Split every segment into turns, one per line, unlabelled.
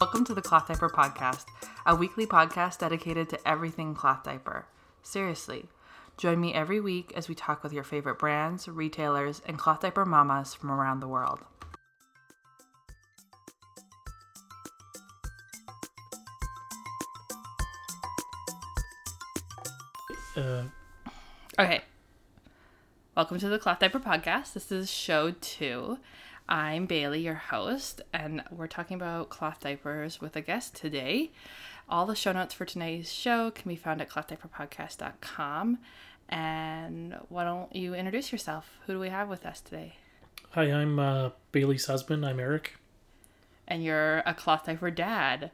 Welcome to the Cloth Diaper Podcast, a weekly podcast dedicated to everything cloth diaper. Seriously, join me every week as we talk with your favorite brands, retailers, and cloth diaper mamas from around the world.
Uh,
Okay. Welcome to the Cloth Diaper Podcast. This is show two. I'm Bailey, your host, and we're talking about cloth diapers with a guest today. All the show notes for tonight's show can be found at clothdiaperpodcast.com. And why don't you introduce yourself? Who do we have with us today?
hi, I'm uh, Bailey's husband. I'm Eric.
And you're a cloth diaper dad.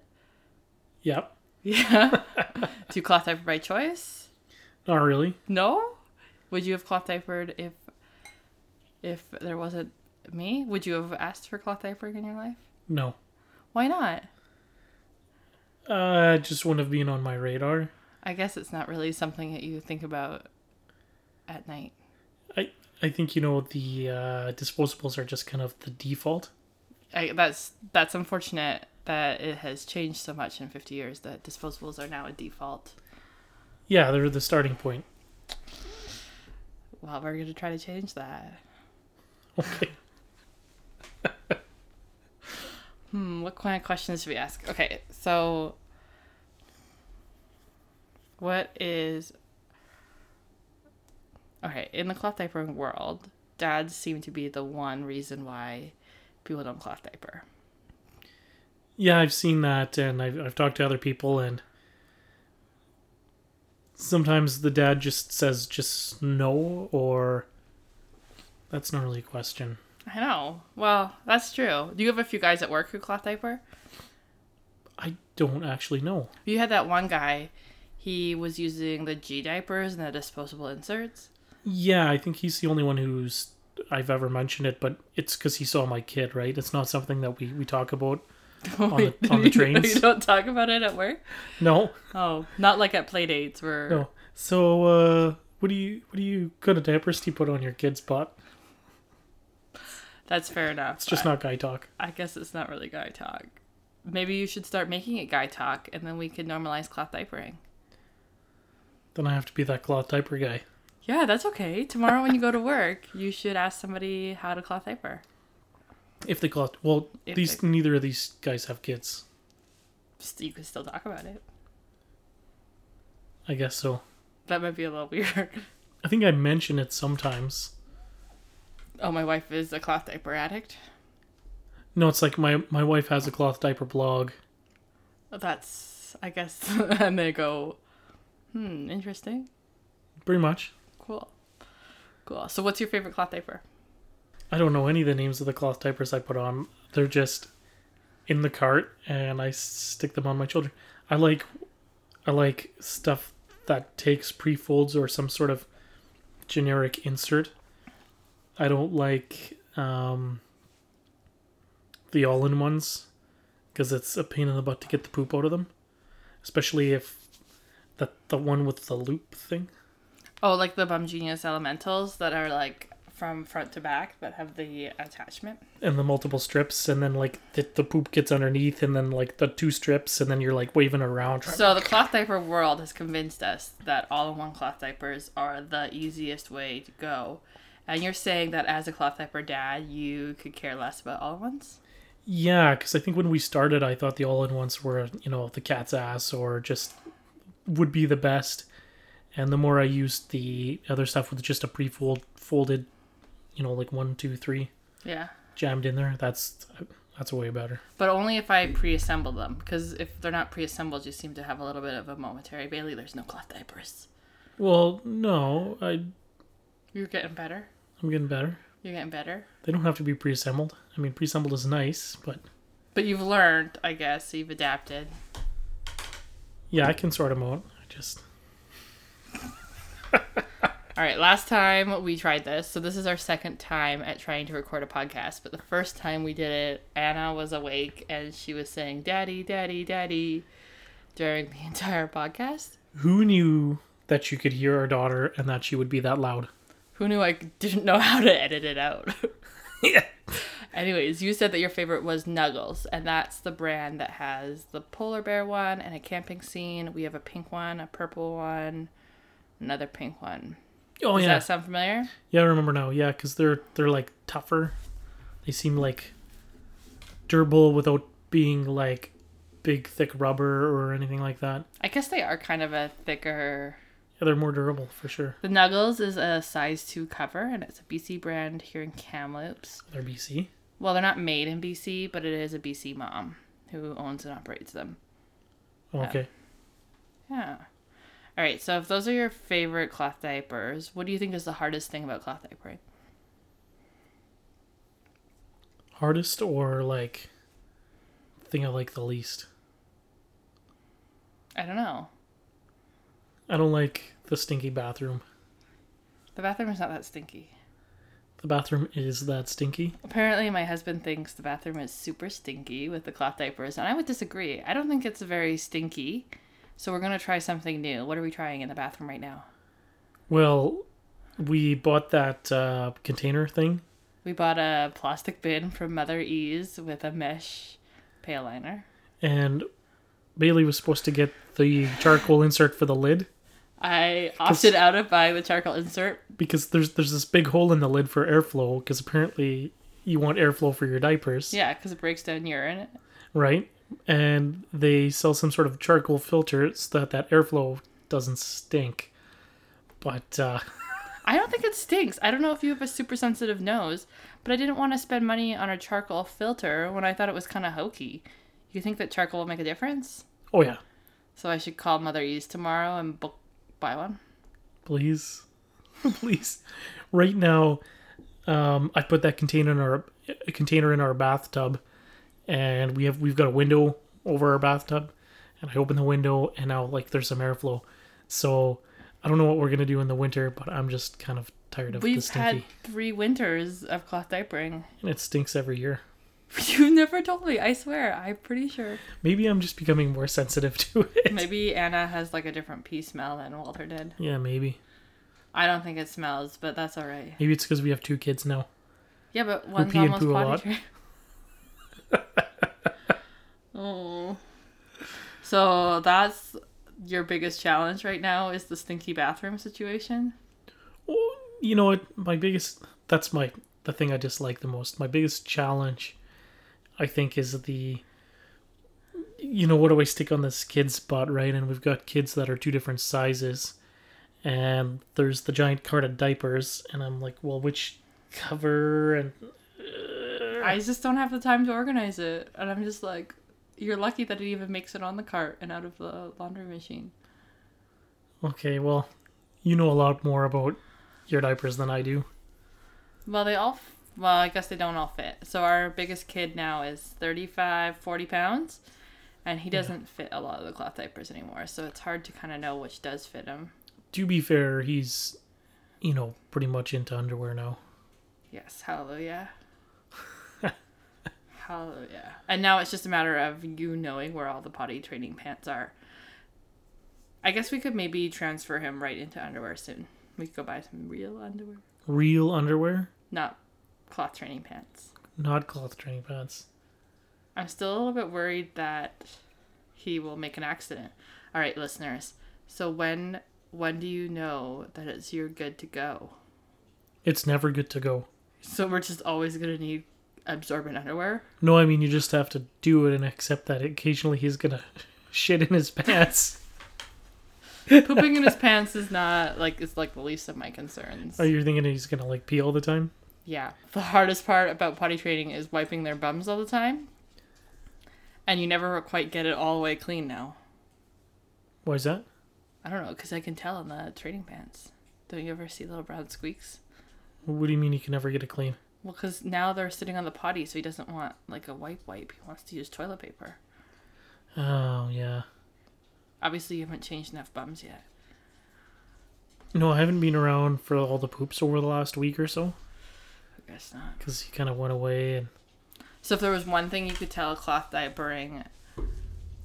Yep.
Yeah. do you cloth diaper by choice?
Not really.
No? Would you have cloth diapered if if there wasn't me? Would you have asked for cloth diapering in your life?
No.
Why not?
Uh, it just wouldn't have been on my radar.
I guess it's not really something that you think about at night.
I I think you know the uh, disposables are just kind of the default.
I, that's that's unfortunate that it has changed so much in 50 years that disposables are now a default.
Yeah, they're the starting point.
Well, we're going to try to change that.
Okay.
Hmm, what kind of questions should we ask? Okay, so what is okay in the cloth diapering world? Dads seem to be the one reason why people don't cloth diaper.
Yeah, I've seen that, and I've I've talked to other people, and sometimes the dad just says just no, or that's not really a question.
I know. Well, that's true. Do you have a few guys at work who cloth diaper?
I don't actually know.
You had that one guy. He was using the G diapers and the disposable inserts.
Yeah, I think he's the only one who's I've ever mentioned it, but it's because he saw my kid, right? It's not something that we, we talk about. the-
Wait,
on the
you-
trains?
You don't talk about it at work.
No,
Oh, not like at playdates where
no. So, uh, what do you what do you kind of diapers do you put on your kid's butt?
that's fair enough.
It's just not guy talk.
I guess it's not really guy talk. Maybe you should start making it guy talk, and then we could normalize cloth diapering.
Then I have to be that cloth diaper guy.
Yeah, that's okay. Tomorrow when you go to work, you should ask somebody how to cloth diaper.
If they cloth, well,
If
these
they-
neither of these guys have kids.
Just- You could still talk about it.
I guess so.
That might be a little weird.
I think I mention it sometimes.
Oh, my wife is a cloth diaper addict.
No, it's like my my wife has a cloth diaper blog.
That's, I guess, and they go, hmm, interesting,
Pretty much.
cool, cool. So, what's your favorite cloth diaper?
I don't know any of the names of the cloth diapers I put on. They're just in the cart, and I stick them on my children. I like, I like stuff that takes pre-folds or some sort of generic insert. I don't like um, the all-in ones because it's a pain in the butt to get the poop out of them, especially if that the one with the loop thing.
Oh, like the Bum Genius Elementals that are like from front to back that have the attachment.
and the multiple strips and then like the, the poop gets underneath and then like the two strips and then you're like waving around
So, the cloth diaper world has convinced us that all in one cloth diapers are the easiest way to go. And you're saying that as a cloth diaper dad, you could care less about all in ones?
yeah because i think when we started i thought the all-in-ones were you know the cat's ass or just would be the best and the more i used the other stuff with just a pre-fold folded you know like one two three
Yeah.
jammed in there that's that's way better
But only if I pre-assemble them, because if they're not pre-assembled, you seem to have a little bit of a momentary Bailey. There's no cloth diapers.
well no i
You're getting better.
i'm getting better
You're getting better.
they don't have to be pre-assembled i mean pre-assembled is nice but
But you've learned, I guess. You've adapted.
yeah i can sort them out i just
All right. Last time we tried this, so this is our second time at trying to record a podcast. But the first time we did it, Anna was awake and she was saying "Daddy, Daddy, Daddy" during the entire podcast.
Who knew that you could hear our daughter and that she would be that loud?
Who knew I didn't know how to edit it out?
Yeah.
Anyways, you said that your favorite was Nuggles, and that's the brand that has the polar bear one and a camping scene. We have a pink one, a purple one, another pink one.
Oh
Does
yeah,
that sound familiar?
yeah. I remember now. Yeah, because they're they're like tougher. They seem like durable without being like big thick rubber or anything like that.
I guess they are kind of a thicker.
Yeah, they're more durable for sure.
The Nuggles is a size 2 cover, and it's a BC brand here in Kamloops.
They're BC.
Well, they're not made in BC, but it is a BC mom who owns and operates them.
Oh, okay.
Yeah. All right, so if those are your favorite cloth diapers, what do you think is the hardest thing about cloth diapering?
Hardest or like thing I like the least.
I don't know.
I don't like the stinky bathroom.
The bathroom is not that stinky.
The bathroom is that stinky.
Apparently, my husband thinks the bathroom is super stinky with the cloth diapers, and I would disagree. I don't think it's very stinky. So we're gonna try something new. What are we trying in the bathroom right now?
Well, we bought that uh, container thing.
We bought a plastic bin from Mother Ease with a mesh pale liner.
and Bailey was supposed to get the charcoal insert for the lid
I opted out of buying the charcoal insert.
because there's there's this big hole in the lid for airflow because apparently you want airflow for your diapers,
Yeah, because it breaks down urine.
right? And they sell some sort of charcoal filter so that that airflow doesn't stink. But uh,
I don't think it stinks. I don't know if you have a super sensitive nose, but I didn't want to spend money on a charcoal filter when I thought it was kind of hokey. You think that charcoal will make a difference?
oh yeah,
So I should call Mother Ease tomorrow and book buy one.
please, please, right now, um, I put that container in our a container in our bathtub, and we have we've got a window over our bathtub, and I open the window, and now like there's some airflow, so I don't know what we're gonna do in the winter, but I'm just kind of tired of the
We've
stinky,
had three winters of cloth diapering.
and it stinks every year.
You've never told me. I swear. I'm pretty sure.
Maybe I'm just becoming more sensitive to it.
Maybe Anna has like a different pee smell than Walter did.
Yeah, maybe.
I don't think it smells, but that's all right.
Maybe it's because we have two kids now.
Yeah, but one's
pee and
almost
poo a lot.
potty trained. oh. So that's your biggest challenge right now is the stinky bathroom situation.
Well, you know what? My biggest that's my the thing I dislike the most. My biggest challenge, I think, is the you know what do I stick on this kid's spot right? And we've got kids that are two different sizes, and there's the giant cart of diapers, and I'm like, well, which cover and
I just don't have the time to organize it, and I'm just like, you're lucky that it even makes it on the cart and out of the laundry machine.
okay, well, you know a lot more about your diapers than I do.
Well, they all, f- well, I guess they don't all fit. So our biggest kid now is 35, 40 pounds, and he doesn't fit a lot of the cloth diapers anymore. So it's hard to kind of know which does fit him.
To be fair, he's you know pretty much into underwear now.
Yes, hallelujah. hallelujah. And now it's just a matter of you knowing where all the potty training pants are. I guess we could maybe transfer him right into underwear soon. We could go buy some real underwear,
Real underwear,
not cloth training pants.
not cloth training pants.
I'm still a little bit worried that he will make an accident. All right, listeners. So when when do you know that it's you're good to go?
It's never good to go.
So we're just always gonna need absorbent underwear.
No, I mean you just have to do it and accept that occasionally he's gonna shit in his pants.
pooping in his pants is not like it's like the least of my concerns.
Are you Oh, thinking he's gonna like pee all the time?
yeah. The hardest part about potty training is wiping their bums all the time. And you never quite get it all the way clean now.
Why is that?
I don't know, because I can tell in the training pants. Don't you ever see little brown squeaks?
What do you mean you can never get it clean?
Well, because now they're sitting on the potty, so he doesn't want like a wipe wipe. He wants to use toilet paper.
Oh yeah.
Obviously, you haven't changed enough bums yet.
No, I haven't been around for all the poops over the last week or so
I guess not.
because he kind of went away and
So if there was one thing you could tell a cloth diapering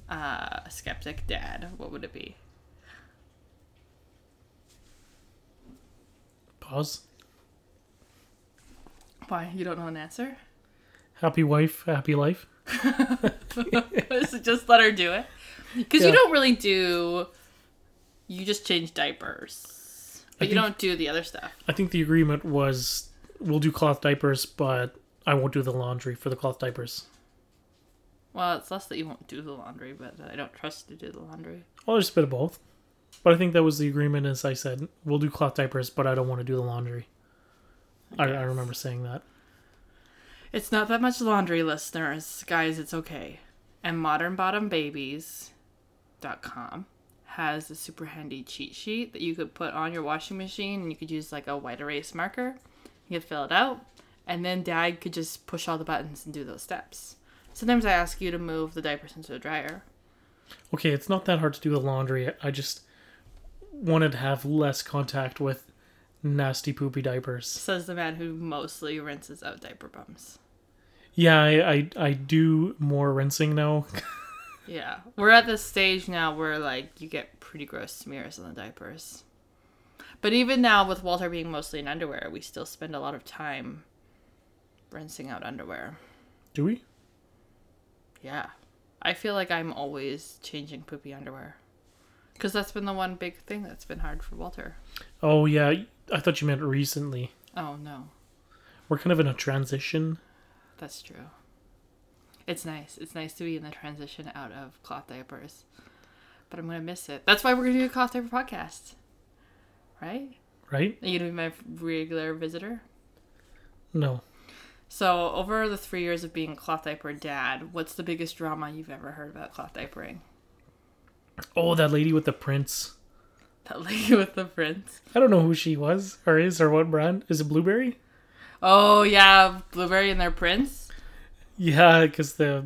uh, skeptic dad, what would it be?
pause.
Why? You don't know an answer?
Happy wife, happy life.
So just let her do it. Because
Yeah.
you don't really do. You just change diapers, but you
think-
don't do the other stuff.
I think the agreement was we'll do cloth diapers, but I won't do the laundry for the cloth diapers.
Well, it's less that you won't do the laundry, but that I don't trust you to do the laundry.
Well, there's a bit of both. But I think that was the agreement, as I said, we'll do cloth diapers, but I don't want to do the laundry. I, I remember saying that.
It's not that much laundry, listeners. Guys, it's okay. And modernbottombabies.com has a super handy cheat sheet that you could put on your washing machine and you could use like a white erase marker. You could fill it out, and then dad could just push all the buttons and do those steps. Sometimes I ask you to move the diapers into the dryer.
Okay, it's not that hard to do the laundry. I just wanted to have less contact with nasty poopy diapers.
Says the man who mostly rinses out diaper bums.
Yeah, I, I, I do more rinsing now.
Yeah. We're at the stage now where like you get pretty gross smears on the diapers. But even now with Walter being mostly in underwear, we still spend a lot of time rinsing out underwear.
do we?
Yeah. I feel like I'm always changing poopy underwear. Cuz that's been the one big thing that's been hard for Walter.
Oh, yeah. I thought you meant recently.
Oh no.
We're kind of in a transition.
That's true. It's nice. It's nice to be in the transition out of cloth diapers. But I'm going to miss it. That's why we're going to do a cloth diaper podcast. Right?
right?
Are you gonna be my regular visitor?
No.
So, over the three years of being cloth diaper dad, what's the biggest drama you've ever heard about cloth diapering?
Oh, that lady with the prints.
That lady with the prints.
I don't know who she was or is or what brand. Is it Blueberry?
Oh yeah, blueberry and their prints.
Yeah, because the.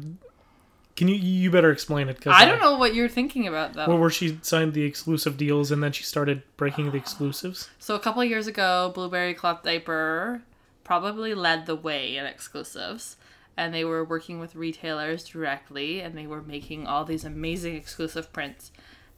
Can you you better explain it? Cause
I don't know what you're thinking about though.
Well, where she signed the exclusive deals and then she started breaking the exclusives.
So a couple of years ago, Blueberry Cloth Diaper probably led the way in exclusives. And they were working with retailers directly and they were making all these amazing exclusive prints.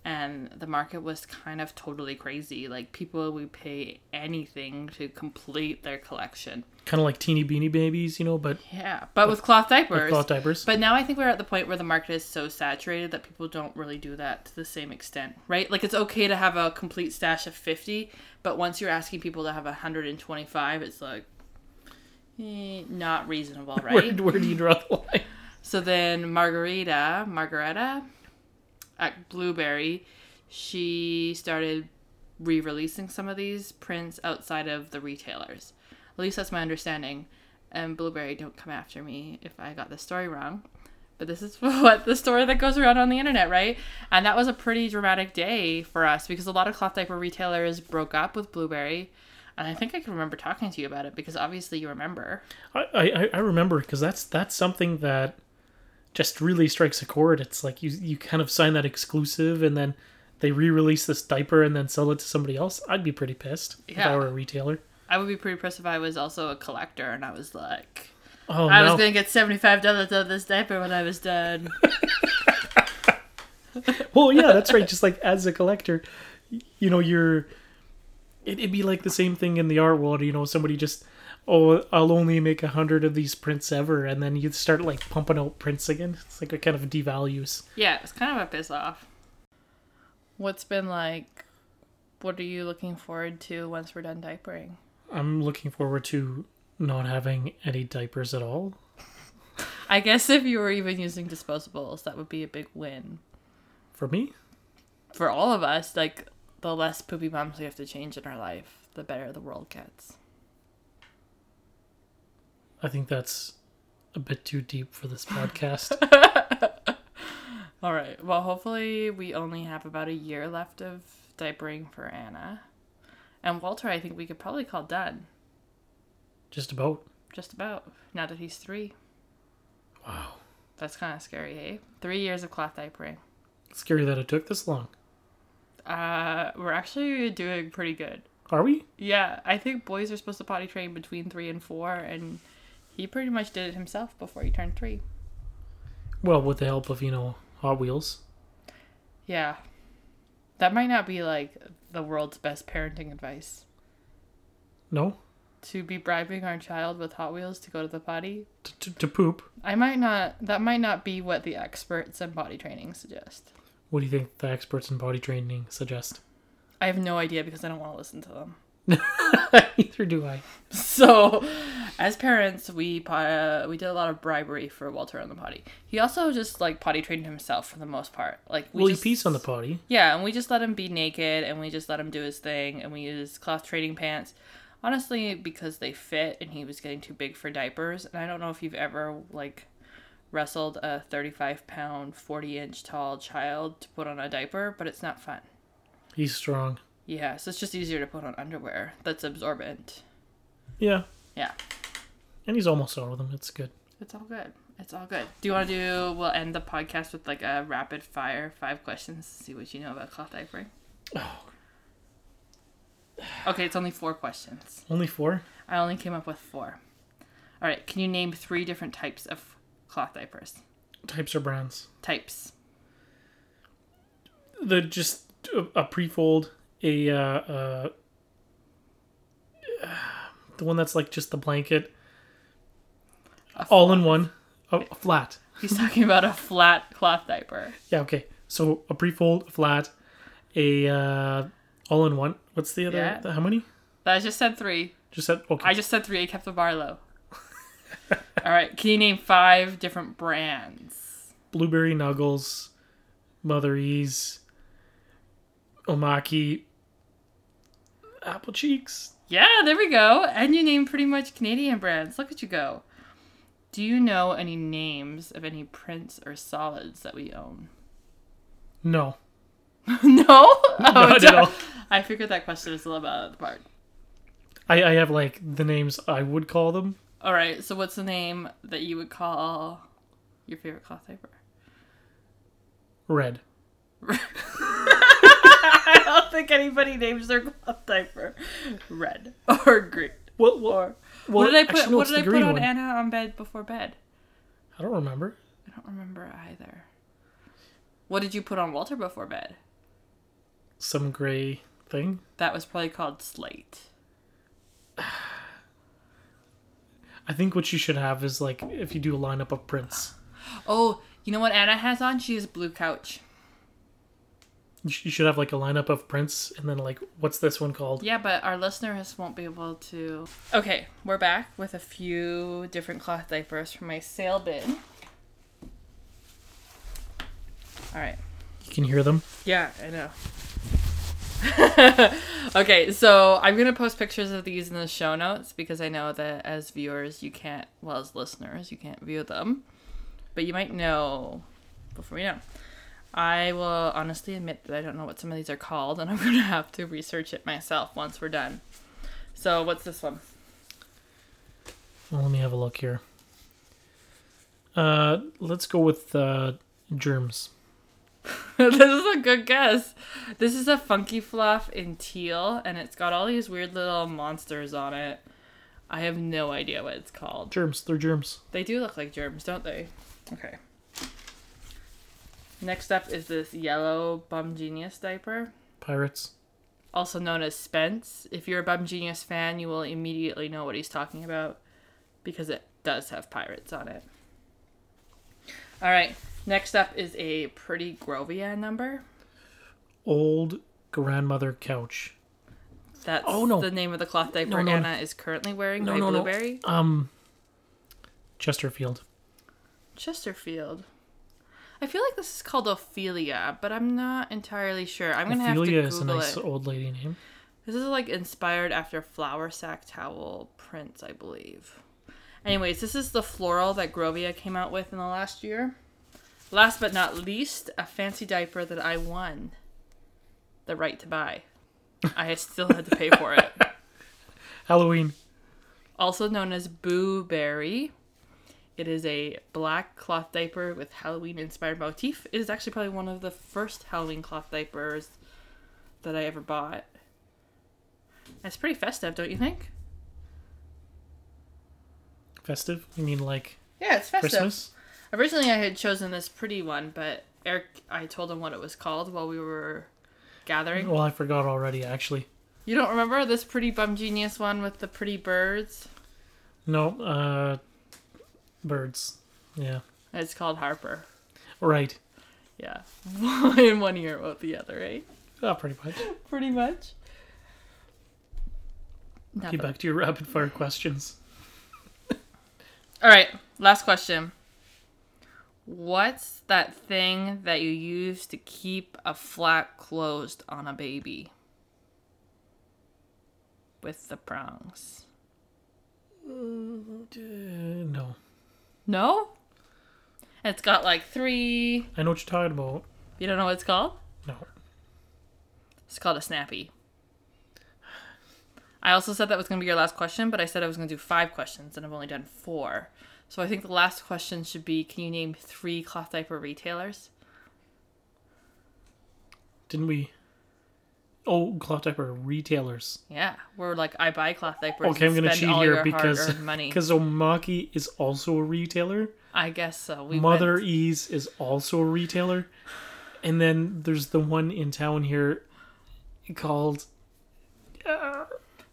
And the market was kind of totally crazy. Like people would pay anything to complete their collection.
Kind of like teeny beanie babies, you know, but
Yeah. But with cloth diapers.
cloth diapers.
But now I think we're at the point where the market is so saturated that people don't really do that to the same extent, right? Like it's okay to have a complete stash of 50, but once you're asking people to have 125, it's like eh, not reasonable,
where,
right?
where do you draw the line?
so then Margarita, Margareta at Blueberry, she started re-releasing some of these prints outside of the retailers. At least that's my understanding. And Blueberry, don't come after me if I got the story wrong. But this is what the story that goes around on the internet, right? And that was a pretty dramatic day for us because a lot of cloth diaper retailers broke up with Blueberry. And I think I can remember talking to you about it because obviously you remember.
I, I, I remember because that's that's something that just really strikes a chord. It's like you you kind of sign that exclusive and then they re-release this diaper and then sell it to somebody else. I'd be pretty pissed if I
Yeah.
were a retailer.
I would be pretty impressed if I was also a collector and I was like,
Oh
I
no!
was gonna get seventy five dollars out of this diaper when I was done.
Well, yeah, that's right. Just like as a collector, y- you know, you're. it- It'd be like the same thing in the art world. You know, somebody just, oh, I'll only make a hundred of these prints ever, and then you start like pumping out prints again. It's like it kind of devalues.
yeah, it was kind of a piss off. What's been like? What are you looking forward to once we're done diapering?
I'm looking forward to not having any diapers at all.
I guess if you were even using disposables, that would be a big win
For me,
for all of us. Like the less poopy bums we have to change in our life, the better the world gets.
I think that's a bit too deep for this podcast.
All right. Well, hopefully we only have about a year left of diapering for Anna, and Walter. I think we could probably call done.
just about.
Just about. Now that he's three.
Wow.
That's kind of scary, eh? Three years of cloth diapering.
Scary that it took this long.
Uh, we're actually doing pretty good.
Are we?
Yeah, I think boys are supposed to potty train between three and four, and he pretty much did it himself before he turned three.
Well, with the help of, you know, Hot Wheels.
Yeah. That might not be like the world's best parenting advice.
No?
to be bribing our child with Hot Wheels to go to the potty.
to, to, to poop.
I might not. That might not be what the experts in body training suggest.
What do you think the experts in body training suggest?
I have no idea because I don't want to listen to them.
Neither do I.
So, as parents, we po- uh, we did a lot of bribery for Walter on the potty. He also just like potty trained himself for the most part. Like we
Well,
just,
he pees on the potty.
Yeah, and we just let him be naked and we just let him do his thing and we use cloth training pants. Honestly, because they fit and he was getting too big for diapers. And I don't know if you've ever like wrestled a 35 pound, 40 inch tall child to put on a diaper, but it's not fun.
He's strong.
Yeah, so it's just easier to put on underwear that's absorbent.
Yeah,
Yeah,
and he's almost done with him. It's good.
it's all good. It's all good. Do you want to do? We'll end the podcast with like a rapid fire five questions to see what you know about cloth diapering.
Oh,
Okay, it's only four questions.
only four.
I only came up with four. All right, can you name three different types of cloth diapers?
types or brands.
Types.
The just a- a pre-fold, a uh, uh, the one that's like just the blanket, all in one, a, a flat.
He's talking about a flat cloth diaper.
Yeah, okay. So a pre-fold, a flat, a uh, all in one. What's the other?
Yeah.
How many?
I just said three.
Just said okay.
I just said three. I kept the bar low. All right, can you name five different brands?
Blueberry Nuggles, Mother Ease, Omaki, Apple Cheeks.
Yeah, there we go. And you named pretty much Canadian brands. Look at you go. Do you know any names of any prints or solids that we own?
No,
no? Oh,
Not at
darn.
all.
I figured that question was a little bit out of the part.
I, I have like the names I would call them.
All right. So what's the name that you would call your favorite cloth diaper?
Red.
I don't think anybody names their cloth diaper red or green.
Well, well,
Or what
well,
did I put?
actually, no,
what
it's
did
the
I put
green
on
one.
Anna on bed before bed?
I don't remember.
I don't remember either. What did you put on Walter before bed?
Some gray thing.
That was probably called slate.
I think what you should have is like if you do a lineup of prints,
Oh, you know what Anna has on? She has blue couch.
you sh- you should have like a lineup of prints, and then like what's this one called?
Yeah, but our listeners won't be able to. Okay, we're back with a few different cloth diapers from my sale bin. All right.
You can hear them.
Yeah, I know. okay, so I'm gonna post pictures of these in the show notes because I know that as viewers you can't, well as listeners you can't view them, but you might know before you know. I will honestly admit that I don't know what some of these are called, and I'm gonna have to research it myself once we're done. So what's this one?
Well, let me have a look here. Uh, let's go with uh, germs.
this is a good guess. This is a funky fluff in teal, and it's got all these weird little monsters on it. I have no idea what it's called.
Germs. They're germs.
They do look like germs, don't they? Okay. Next up is this yellow Bum Genius diaper,
Pirates.
also known as Spence. If you're a Bum Genius fan, you will immediately know what he's talking about because it does have pirates on it. All right. Next up is a pretty Grovia number.
Old grandmother couch.
That's
Oh, no.
the name of the cloth diaper
no, no.
Anna is currently wearing
No,
by
no, no.
Blueberry.
Um, Chesterfield.
Chesterfield. I feel like this is called Ophelia, but I'm not entirely sure. I'm gonna
Ophelia
have to
is a
Google
nice
it.
old lady name.
This is like inspired after flower sack towel prints, I believe. Anyways, this is the floral that Grovia came out with in the last year. Last but not least, a fancy diaper that I won the right to buy. I still had to pay for it.
Halloween.
also known as Boo Berry. It is a black cloth diaper with Halloween inspired motif. It is actually probably one of the first Halloween cloth diapers that I ever bought. It's pretty festive, don't you think?
Festive. You mean like
Yeah, it's festive.
Christmas?
Originally, I had chosen this pretty one, but Eric, I told him what it was called while we were gathering.
Oh. Well, I forgot already, actually.
You don't remember this pretty bum genius one with the pretty birds?
No, uh, birds. Yeah,
It's called Harper.
right.
Yeah. In one ear, out the other, right?
Oh, pretty much.
Pretty much.
Okay,
Nothing.
back to your rapid fire questions.
All right, last question. What's that thing that you use to keep a flap closed on a baby? With the prongs.
Uh, no,
No? It's got like three.
I know what you're talking about.
You don't know what it's called?
No,
It's called a snappy. I also said that was going to be your last question, but I said I was going to do five questions, and I've only done four. So I think the last question should be Can you name three cloth diaper retailers?
didn't we? Oh, cloth diaper retailers.
Yeah, we're like I buy cloth diapers.
Okay, I'm
and
gonna
spend
cheat
all
here
your
because
hard-earned money.
because Omaki is also a retailer.
I guess so. We
Mother e-
went-
Ease is also a retailer, and then there's the one in town here called.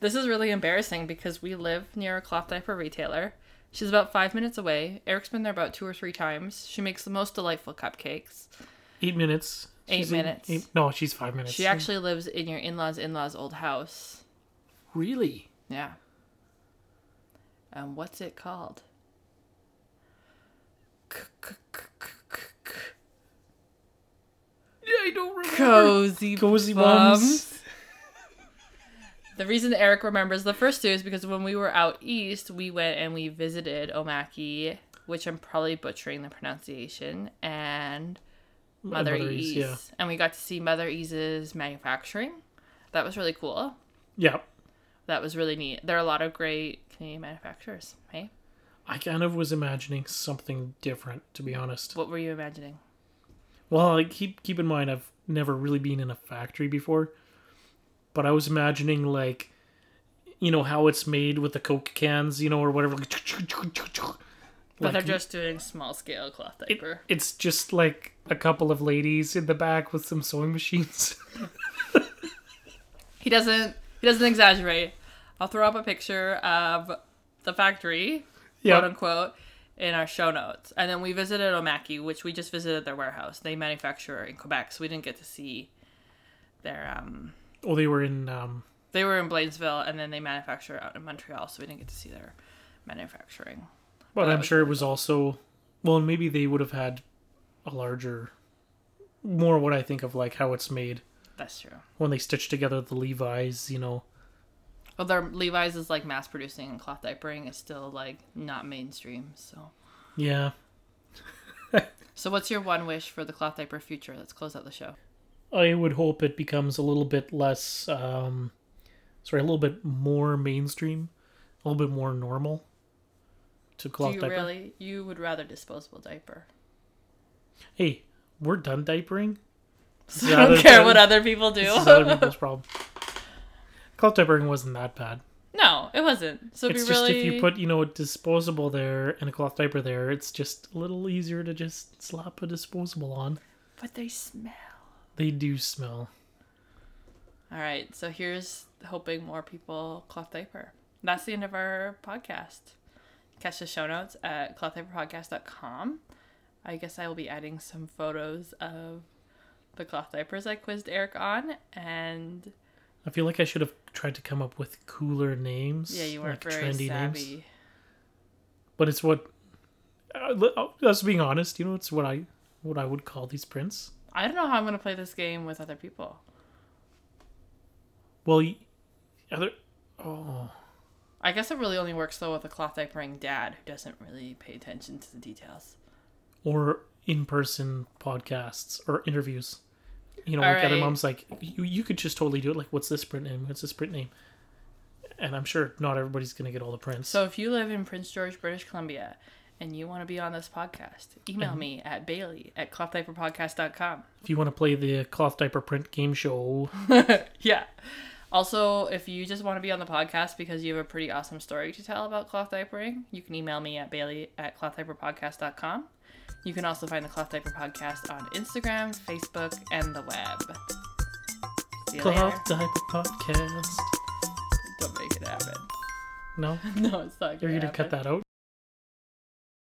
This is really embarrassing because we live near a cloth diaper retailer. She's about five minutes away. Eric's been there about two or three times. She makes the most delightful cupcakes.
Eight minutes.
Eight
in-
minutes.
no, she's five minutes.
She actually lives in your in-laws' in-laws' old house.
really.
Yeah. Um, what's it called?
Yeah, I don't remember.
Cozy,
Cozy
bums.
Bums.
The reason Eric remembers the first two is because when we were out east, we went and we visited Omaki, which I'm probably butchering the pronunciation, and Mother,
Mother
Ease.
Ease, yeah.
And we got to see Mother Ease's manufacturing. That was really cool.
Yeah,
That was really neat. There are a lot of great Canadian manufacturers, hey?
I kind of was imagining something different, to be honest.
What were you imagining?
Well, I keep keep in mind I've never really been in a factory before, but I was imagining like, you know how it's made with the Coke cans, you know, or whatever. Like,
But
like,
they're just doing small scale cloth
it-
diaper.
it's just like a couple of ladies in the back with some sewing machines.
He doesn't he doesn't exaggerate. I'll throw up a picture of the factory, quote
yeah,
unquote, in our show notes. And then we visited Omaki, which we just visited their warehouse. They manufacture in Quebec, so we didn't get to see their um
well, they were in um,
they were in Blainesville and then they manufacture out in Montreal, so we didn't get to see their manufacturing.
But
that
I'm
was
sure it was also well, and maybe they would have had a larger, more what I think of like how it's made
That's true.
when they stitch together the Levi's, you know.
Well their Levi's is like mass producing and cloth diapering is still like not mainstream, so
Yeah.
So what's your one wish for the cloth diaper future? Let's close out the show.
I would hope it becomes a little bit less, um, sorry, a little bit more mainstream, a little bit more normal to
Do
cloth
you
diaper.
really you would rather disposable diaper?
Hey, we're done diapering.
I don't care what other people do.
This is other people's problem. Cloth diapering wasn't that bad.
no, it wasn't. So it'd
it's
be
just
really
if you put you know a disposable there and a cloth diaper there it's just a little easier to just slap a disposable on
but they smell.
they do smell
All right, so here's hoping more people cloth diaper. That's the end of our podcast. Catch the show notes at clothdiaperpodcast.com. I guess I will be adding some photos of the cloth diapers I quizzed Eric on, and
i feel like i should have tried to come up with cooler names
yeah, you weren't
like
very savvy.
but it's what uh, li- uh, us being honest you know it's what i what i would call these prints
I don't know how I'm gonna play this game with other people.
well y- other oh
I guess it really only works though with a cloth diapering dad who doesn't really pay attention to the details.
or in-person podcasts or interviews you know
All
like other
right.
moms like you, you could just totally do it like what's this print name what's this print name and i'm sure not everybody's gonna get all the prints
So if you live in Prince George, British Columbia, and you want to be on this podcast, email me at bailey at clothdiaperpodcast.com.
if you want to play the cloth diaper print game show
Yeah. Also, if you just want to be on the podcast because you have a pretty awesome story to tell about cloth diapering, you can email me at bailey at clothdiaperpodcast.com. You can also find the Cloth Diaper Podcast on Instagram, Facebook, and the web. See you later.
Cloth Diaper Podcast.
Don't make it happen.
No,
No, it's not.
you're
gonna
gonna cut
happen.
that out.